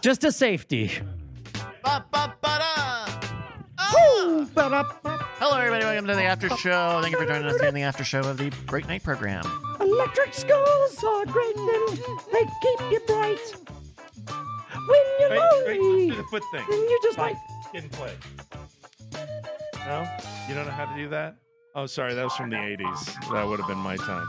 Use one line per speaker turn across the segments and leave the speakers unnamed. Just a safety.
Ba, ba, ba, da. Ah! Hello, everybody. Welcome to the after show. Thank you for joining us here in the after show of the Great Night Program.
Electric schools are great and they keep you bright. When you're
Wait, wait, let's do
lonely,
the foot thing.
then you just
Stop.
like
Didn't play. No? You don't know how to do that? Oh, sorry. That was from the 80s. That would have been my time.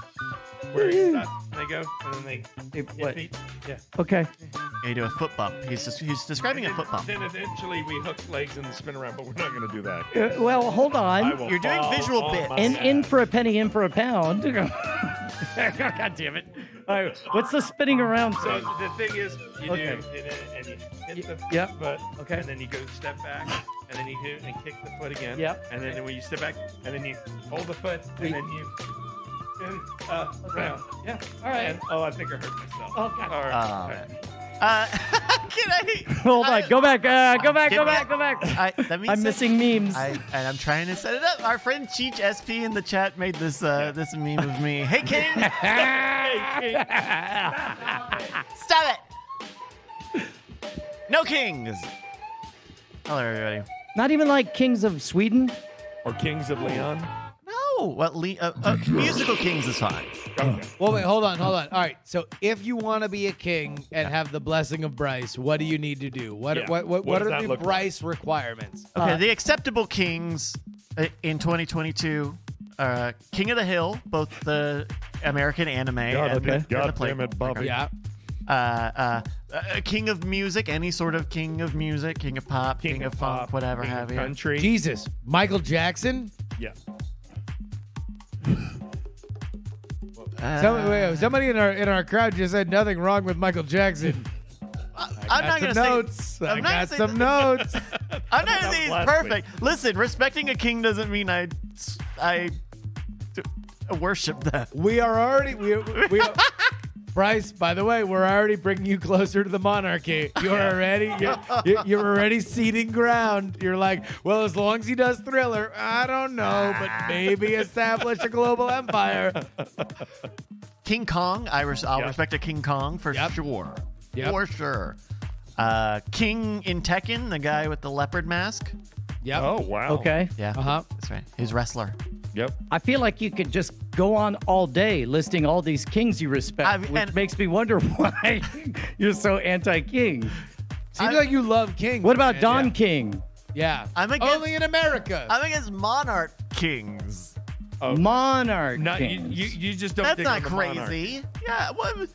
Where you stop, they go, and then they. your
what?
feet- Yeah.
Okay.
Yeah, you do a foot bump. He's just, he's describing a
Then-
foot bump.
Then eventually we hook legs and spin around, but we're not going to do that.
Uh, well, hold
I
on.
will
You're doing
fall
visual
on
bits.
my
In in
ass.
for a penny, in for a pound. God damn it! All right, what's the spinning around
So
thing?
the thing is, you
Okay.
do, and, then- and you hit
Y-
the
yep.
foot,
Okay.
and then you go step back, and then you hit and kick the foot again,
Yep.
and then when you step back, and then you hold the foot, and
We-
then you spin uh, round. Yeah.
All right.
And, oh, I think I hurt myself.
Oh, God.
All right.
Oh,
All right.
man. Uh, can I?
Hold on. Go back. Uh, go back. Go
Give me-
back. Go back.
I, let me
I'm
say-
missing memes.
Uh, I, and I'm trying to set it up. Our friend Cheech SP in the chat made this uh, this meme of me. Hey, King, stop it! No kings. Hello, everybody.
Not even like Kings of Sweden.
Or Kings of Leon.
No, what? Le- uh, uh, musical kings is fine.
Well, wait, hold on, hold on. All right. So, if you want to be a king and have the blessing of Bryce, what do you need to do? What
Yeah.
what,
What
what, what
does that
are the
look like?
Bryce requirements?
Okay,
Uh,
the acceptable kings uh, in 2022 are King of the Hill, both the American anime and, the- and the play.
Bobby.
Yeah.
Uh, uh, uh, king of music, any sort of king of music, king of pop, king, of, funk,
pop,
whatever
king of
have you.
Country.
Jesus, Michael Jackson.
Yeah.
Some-
Uh,
wait, somebody in our in our crowd just said nothing wrong with Michael Jackson.
I'm not
Got some
gonna
notes.
say.
I
I'm not
got
saying
some
that-
notes.
I'm not gonna say
Last
he's perfect. Listen, respecting a king doesn't mean I, I, I worship them.
We are already we we. Are, Bryce, by the way, we're already bringing you closer to the monarchy. You're already you're, you're- you're already ceding ground. You're like, well, as long as he does Thriller, I don't know, but maybe establish a global empire.
King Kong, I res- I'll
Yep.
respect a King Kong for
Yep.
sure,
Yep.
for sure. Uh, king in Tekken, the guy with the leopard mask.
Yep.
Oh wow.
Okay.
Yeah,
Uh huh.
that's right. He's a wrestler.
Yep.
I feel like you could just go on all day listing all these kings you respect,
I've-
which
and-
makes me wonder why you're so anti-king.
Seems
I-
like you love King.
What about
man.
Don King,
Yeah.
I'm against-
only in America.
I'm against monarch kings.
Oh.
Monarch?
No, you,
kings.
you, you just don't.
That's
think
not
I'm a monarch.
crazy. Yeah. What?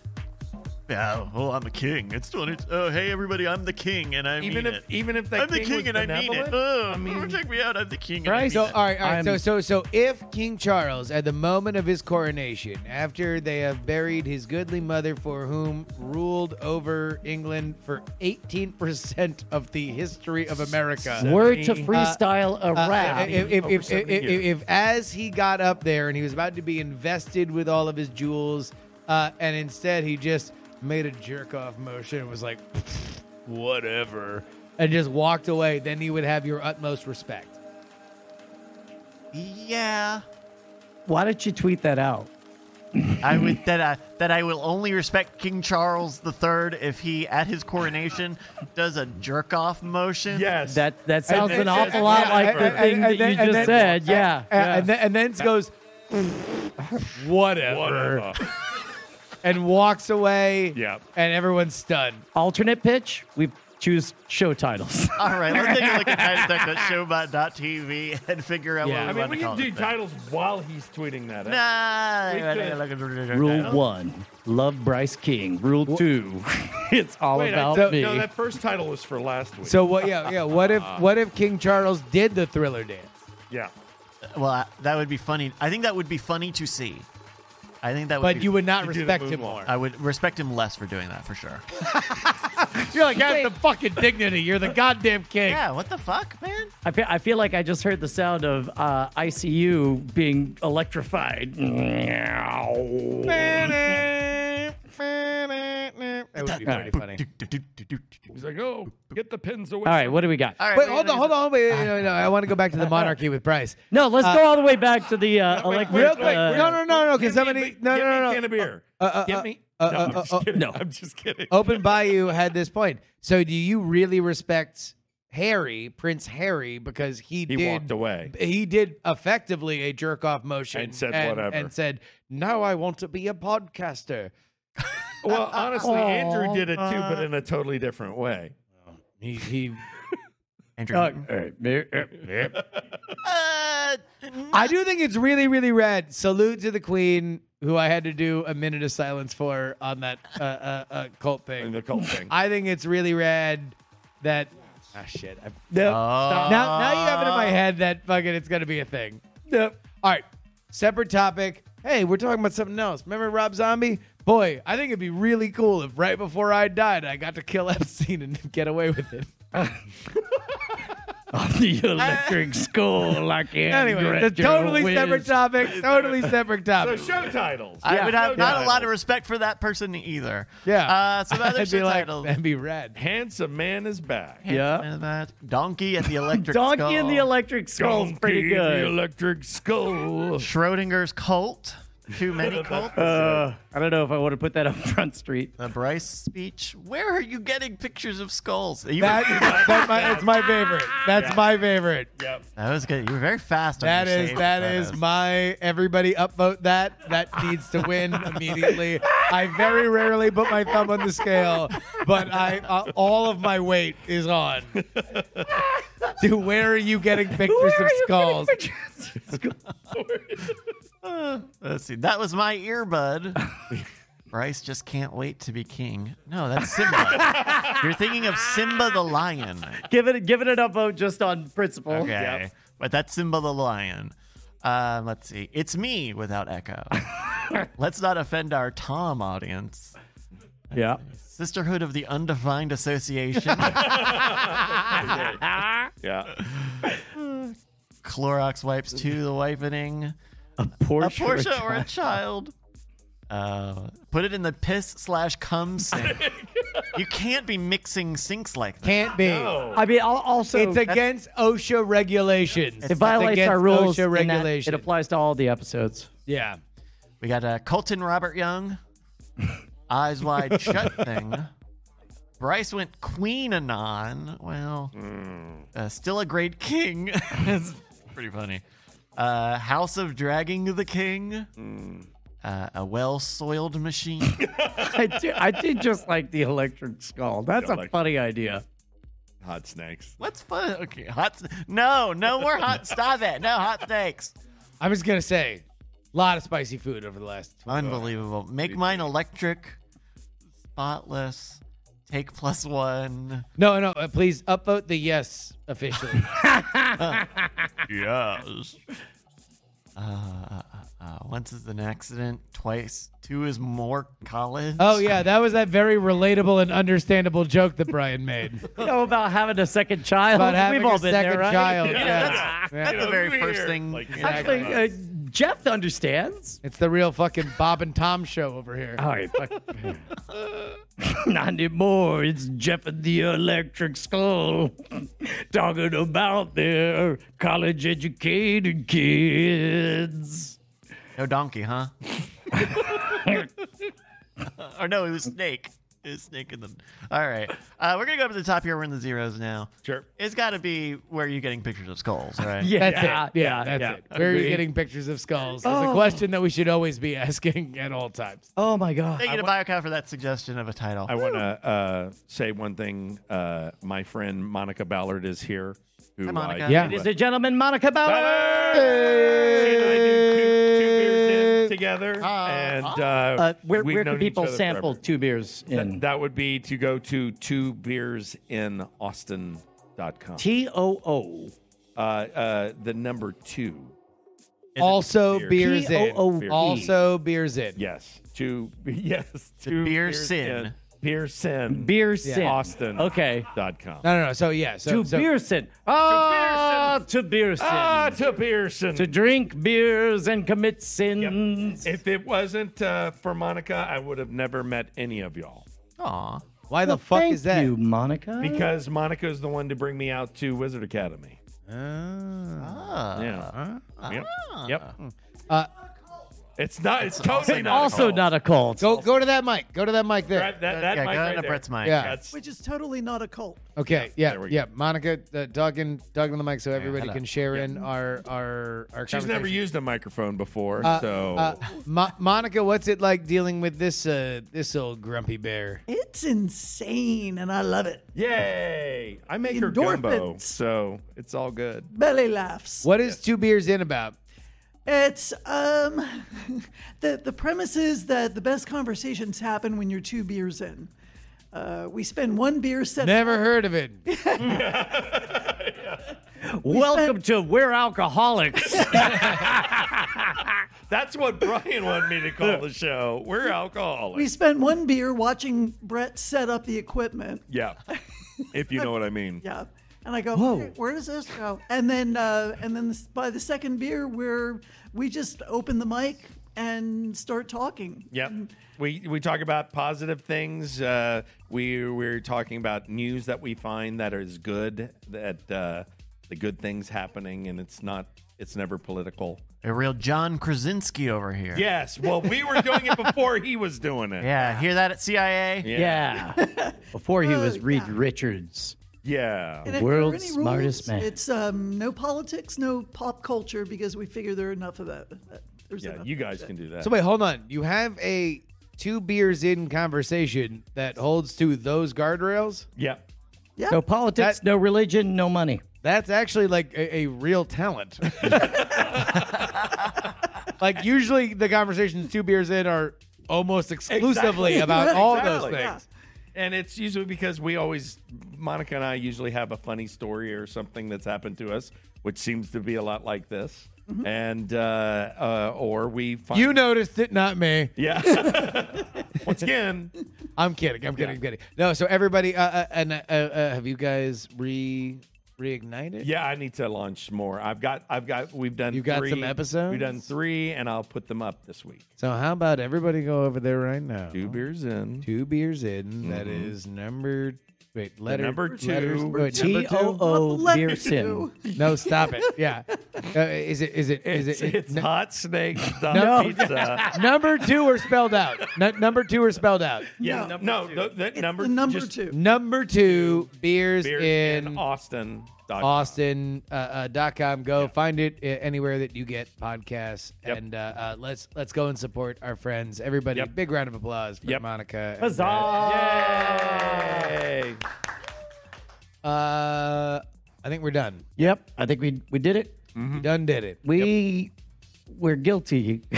Yeah. Oh, I'm a king. It's twenty. Oh, hey everybody, I'm the king, and I
Even
mean
if
it.
even if that
I'm the king,
was
and I mean it.
benevolent,
Oh,
I mean,
check me out. I'm the king.
Right?
And I
So
mean it.
all right, all right. So
I'm-
so so if King Charles at the moment of his coronation, after they have buried his goodly mother for whom ruled over England for 18% of the history of America.
Word to
Uh,
freestyle a
uh,
rap.
if, if,
Over
if, if,
70
if,
years.
if as he got up there and he was about to be invested with all of his jewels, uh, and instead he just made a jerk off motion and was like, whatever, and just walked away, then he would have your utmost respect.
Yeah.
Why don't you tweet that out?
I would that I that I will only respect King Charles III if he at his coronation does a jerk off motion.
Yes.
That that sounds
then-
an awful lot
yeah,
like
and-
the
and-
thing that you just said. yeah.
And,
yeah.
and then, and then goes, whatever,
Whatever.
and walks away.
Yeah.
And everyone's stunned.
Alternate pitch. We choose show titles.
All right, let's take a look at hashtagnetshowbot.tv and figure out what
I
Yeah.
we
mean,
want
we
to call
can do
this thing.
titles while he's tweeting that. out.
Nah.
Rule one: Love Bryce King. Rule two: It's all
Wait, I,
about
no,
me.
no, that first title was for last week.
So what? Yeah, yeah. What if
Uh-huh.
what if King Charles did the thriller dance?
yeah,
Well, I- that would be funny. I think that would be funny to see. I think that would.
But
be,
you would not
You do the
respect him
moonwalk.
more.
I would respect him less for doing that for sure.
You're like, have the fucking dignity. You're the goddamn king.
Yeah. What the fuck, man?
I feel, I feel like I just heard the sound of uh, ICU being electrified.
And That would be pretty funny. He's like, oh, get the pins away.
All right, what do we got?
All right,
Wait,
we're
hold
gonna
on,
do
hold on. Wait, wait, no, no, I want to go back to the monarchy with Price.
No, let's go all the way back to the uh, electric.
Real quick.
uh,
no, no, no, no.
Give
Can
me, a
somebody?
be-
No,
give me a
no, no,
Can
no.
of beer.
uh,
Give
uh,
me.
uh,
no,
uh,
I'm just
uh, Oh.
kidding.
no.
I'm just kidding.
Open Bayou had this point. So, do you really respect Harry, Prince Harry, because he,
he
did
walked away.
he did effectively a jerk off motion
And said whatever.
and said, "Now I want to be a podcaster."
Well, honestly, Andrew
Aw.
did it too, but in a totally different way.
He, he
Andrew.
Uh, all right, there- uh,
Uh, n-
I do think it's really, really rad. Salute to the Queen, who I had to do a minute of silence for on that uh, uh, uh, cult
In
thing.
the cult thing.
I think it's really rad that. Ah, shit. I,
no,
Uh.
Oh.
now, now you have it in my head that fucking it's going to be a thing.
no.
All right. Separate topic. Hey, we're talking about something else. Remember Rob Zombie? Boy, I think it'd be really cool if right before I died, I got to kill Epstein and get away with it.
On the electric school, I can't.
Anyway, it's a totally separate topic. Totally separate
so
topic.
show titles.
I would have
Show
not a lot of
titles.
respect for that person either.
Yeah.
Uh, so the other
I'd be
show
like,
titles.
that'd be rad.
Handsome man is back.
Yeah.
Donkey at the Electric
Donkey
Skull.
and the electric skull's pretty
Donkey, The
good.
electric skull.
Schrodinger's Cult. Too many cults.
Uh, I don't know if I want to put that on Front Street.
the Bryce speech. Where are you getting pictures of skulls? You were-
That, that's, my, that's my favorite. That's my favorite.
Yep.
that was good. You were very fast. On
That
your
is
save.
that is my everybody upvote that. That needs to win immediately. I very rarely put my thumb on the scale, but I uh, all of my weight is on. Dude, where are you getting pictures of skulls?
Let's see. That was my earbud. Bryce just can't wait to be king. No, that's Simba. You're thinking of Simba the lion.
Give it, give it an upvote just on principle.
Okay. But that's Simba the lion. Um, let's see. It's me without echo. let's not offend our Tom audience.
Yeah.
Sisterhood of the Undefined Association.
Yeah.
Clorox wipes to the wiping.
Porsche.
a Porsche or a child. Uh, put it in the piss slash cum sink. you can't be mixing sinks like that.
Can't be.
Oh.
I mean, al- also,
It's against OSHA regulations.
it violates
It's
our
against
rules.
OSHA
in that
regulation.
It applies to all the episodes.
yeah.
We got uh, Colton Robert Young, eyes wide shut thing. Bryce went queen anon. Well, uh, still a great king. it's pretty funny. Uh, House of Dragging the King. Uh, a well soiled machine.
I do, I did just like the electric skull. That's a
Electric-
funny idea.
Hot snakes.
What's fun? Okay, hot. s- No, no more hot. Stop it. No hot snakes.
I'm just gonna say, a lot of spicy food over the last. 12 hours.
Unbelievable. Make mine electric, spotless, take plus one.
No, no. uh, Please upvote the yes officially.
Yes. Uh, uh, uh, once is an accident, twice, two is more college.
Oh yeah, that was that very relatable and understandable joke that Brian made
You know about having a second child?
about having
We've all
a
been
second
there, right?
child.
Yeah,
yeah.
that's-
Yeah.
That's the
Yeah,
very
over
first
here.
thing.
Like,
in
exactly.
Actually, uh, Jeff understands.
It's the real fucking Bob and Tom show over here.
All right. fuck. Not anymore. It's Jeff and the Electric Skull talking about their college educated kids.
no donkey, huh? or no, it was snake. It was snake in the. All right. Uh, we're going to go up to the top here. We're in the zeros now.
Sure.
It's got to be where you're getting pictures of skulls, right?
Yeah,
That's it. Yeah, that's it. Where are you
Agreed.
getting pictures of skulls? Is a
Oh.
question that we should always be asking at all times.
Oh my god.
Thank you to BioCow for that suggestion of a title.
I want to uh, say one thing. Uh, my friend Monica Ballard is here. Who
Hi, Monica.
I-
Yeah.
Ladies and gentlemen, Monica Bauer.
She and I do two, two beers in together, and uh,
Uh, where
we've
where
known
can
each
people
other
sample
forever.
two beers
That,
in?
that would be to go to two beers in Austin.com.
T O O
Uh, uh, the number two.
also
beer?
beers
P O
in.
O E.
Also beers in.
Yes, two. Yes, two
beer
beers
sin.
in Beer sin.
beer sin.
Austin.
Okay.
Dot com.
No, no, no. So yeah. So,
To
so
beer sin. Ah, to beer sin.
Ah, to Pearson.
to drink beers and commit sins.
If it wasn't uh, for Monica, I would have never met any of y'all.
Aw.
Why the
Well,
fuck
thank
is that?
you, Monica?
Because Monica's the one to bring me out to Wizard Academy.
Ah.
Ah.
Yeah. Yep. Yep.
Uh,
It's not. It's, totally not. a
Also
cult.
not a cult.
go go to that mic. Go to that mic there.
That, that, that
yeah,
mic
go
right
into
there.
Brett's mic.
Yeah.
That's
Which is totally not a cult.
Okay, yeah,
there we
yeah. Monica, uh, Doug and Doug in the mic, so everybody can share in our our our.
she's never
conversation.
used a microphone before,
Uh,
so
uh, Mo- Monica, what's it like dealing with this uh, this old grumpy bear?
It's insane, and I love it.
yay! I make her gumbo,
Endorphins.
so it's all good.
Belly laughs.
What is two beers in about?
It's um, the the premise is that the best conversations happen when you're two beers in. Uh, we spend one beer set.
Never heard of it.
Welcome to We're Alcoholics.
That's what Brian wanted me to call the show. We're alcoholics.
We spend one beer watching Brett set up the equipment.
yeah, if you know what I mean.
Yeah. And I go, "Hey, where does this go? And then, uh, and then this, by the second beer, we're we just open the mic and start talking.
Yep. We we talk about positive things. Uh, we we're talking about news that we find that is good, that uh, the good things happening, and it's not it's never political.
A real John Krasinski over here.
Yes. Well, we were doing it before he was doing it.
Yeah. Hear that at CIA?
yeah.
Before he was
Oh,
Reed
yeah.
Richards.
Yeah.
And if there are
World's
any
smartest man.
It's um, no politics, no pop culture, because we figure there are enough of that. that there's
Yeah.
enough
You
of
guys
that.
can do that.
So wait, hold on. You have a two beers in conversation that holds to those guardrails.
yeah.
Yeah.
No politics,
That-
no religion, no money.
That's actually like a, a real talent. like usually the conversations two beers in are almost exclusively
Exactly.
about all
Exactly.
those things.
Yeah.
And it's usually because we always, Monica and I usually have a funny story or something that's happened to us, which seems to be a lot like this. And, uh, uh, or we find.
Mm-hmm. You noticed it, not me.
Yeah. Once again,
I'm kidding. I'm kidding. I'm kidding. No, so everybody, uh, uh, and uh, uh, uh, have you guys re reignited?
yeah, I need to launch more. I've got, I've got, we've done
You got
three.
some episodes?
We've done three, and I'll put them up this week.
So how about everybody go over there right now?
Two beers in.
Oh. Two beers in. that is number. Wait, letter
number two.
letters-
Number
wait,
two.
T
number
O
Not the
O
letter
beer sim.
U.
No, stop it. Yeah. Uh, is it? Is it? Is
It's,
it?
it's
no-
hot snakes, dot
No.
pizza.
number two are spelled out. Nu- number two are spelled out.
Yeah, no, no, th- that
It's
number,
the number
just
two.
Number two beers,
Beers
in,
in, Austin. dot com.
Austin uh, uh, dot com. Go find it uh, anywhere that you get podcasts,
Yep.
and uh, uh, let's let's go and support our friends. Everybody,
Yep.
big round of applause for
Yep.
Monica. and
Yay!
Brett. Uh, I think we're done.
Yep, I think we we did it.
Mm-hmm.
We done did it.
We we're guilty.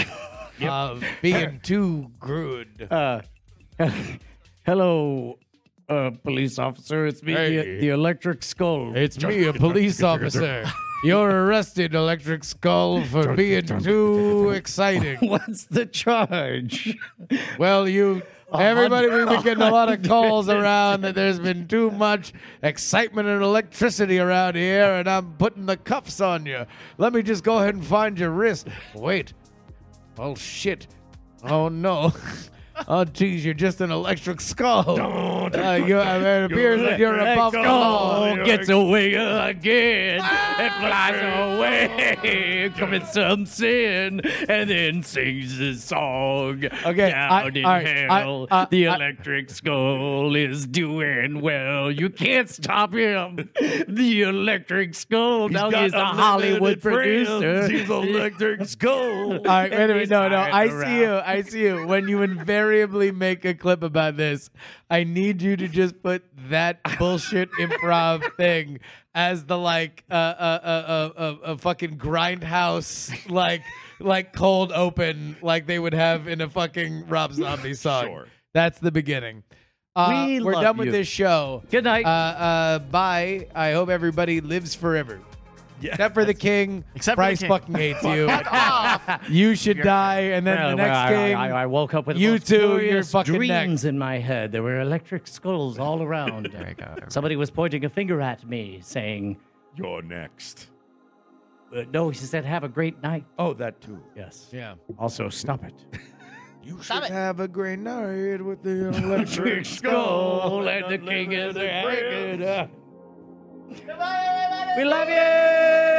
Of Uh, being too good.
Uh,
Hello, uh, police officer. It's me,
Hey.
the, the Electric Skull.
It's me, a police officer. You're arrested, Electric Skull, for being too exciting.
What's the charge?
Well, you. Everybody, we've been getting a lot of calls around that there's been too much excitement and electricity around here, and I'm putting the cuffs on you. Let me just go ahead and find your wrist. Wait. Oh, shit. Oh, no. Oh, geez, you're just an electric skull. Uh, you, I mean, it appears that you're a buff skull.
gets Oh, away again. It flies away, commits some sin, and then sings a song.
Okay,
down
I-
in
all right, I-
hell,
I-
the
I-
electric skull is doing well. You can't stop him. The electric skull now
got
he's a
unlimited
Hollywood
friends.
producer.
He's electric skull.
All right, wait a minute. No, no.
He's
I
hired
see you. I see you. When you invariably make a clip about this, I need you to just put that bullshit improv thing as the like a uh, uh, uh, uh, uh, uh, fucking grindhouse like like cold open like they would have in a fucking Rob Zombie song.
Sure.
That's the beginning. Uh,
We
are
love
done with
you.
this show.
Good night.
Uh, uh, bye. I hope everybody lives forever.
Yeah.
Except for the king.
Except for the
Bryce
king.
fucking hates you.
Off.
You should die, and then
Well,
the
well,
next
I,
thing.
I, I woke up with the
you
most
two, you're
furious
fucking
dreams
next.
in my head. There were electric skulls all around.
There you go.
Somebody was pointing a finger at me, saying,
You're next.
uh, "No," she said, "Have a great night."
Oh, that too.
Yes.
yeah.
Also, stop it.
You
Stop
should
it.
have a great night with the electric
Skull and the king of the
We love you.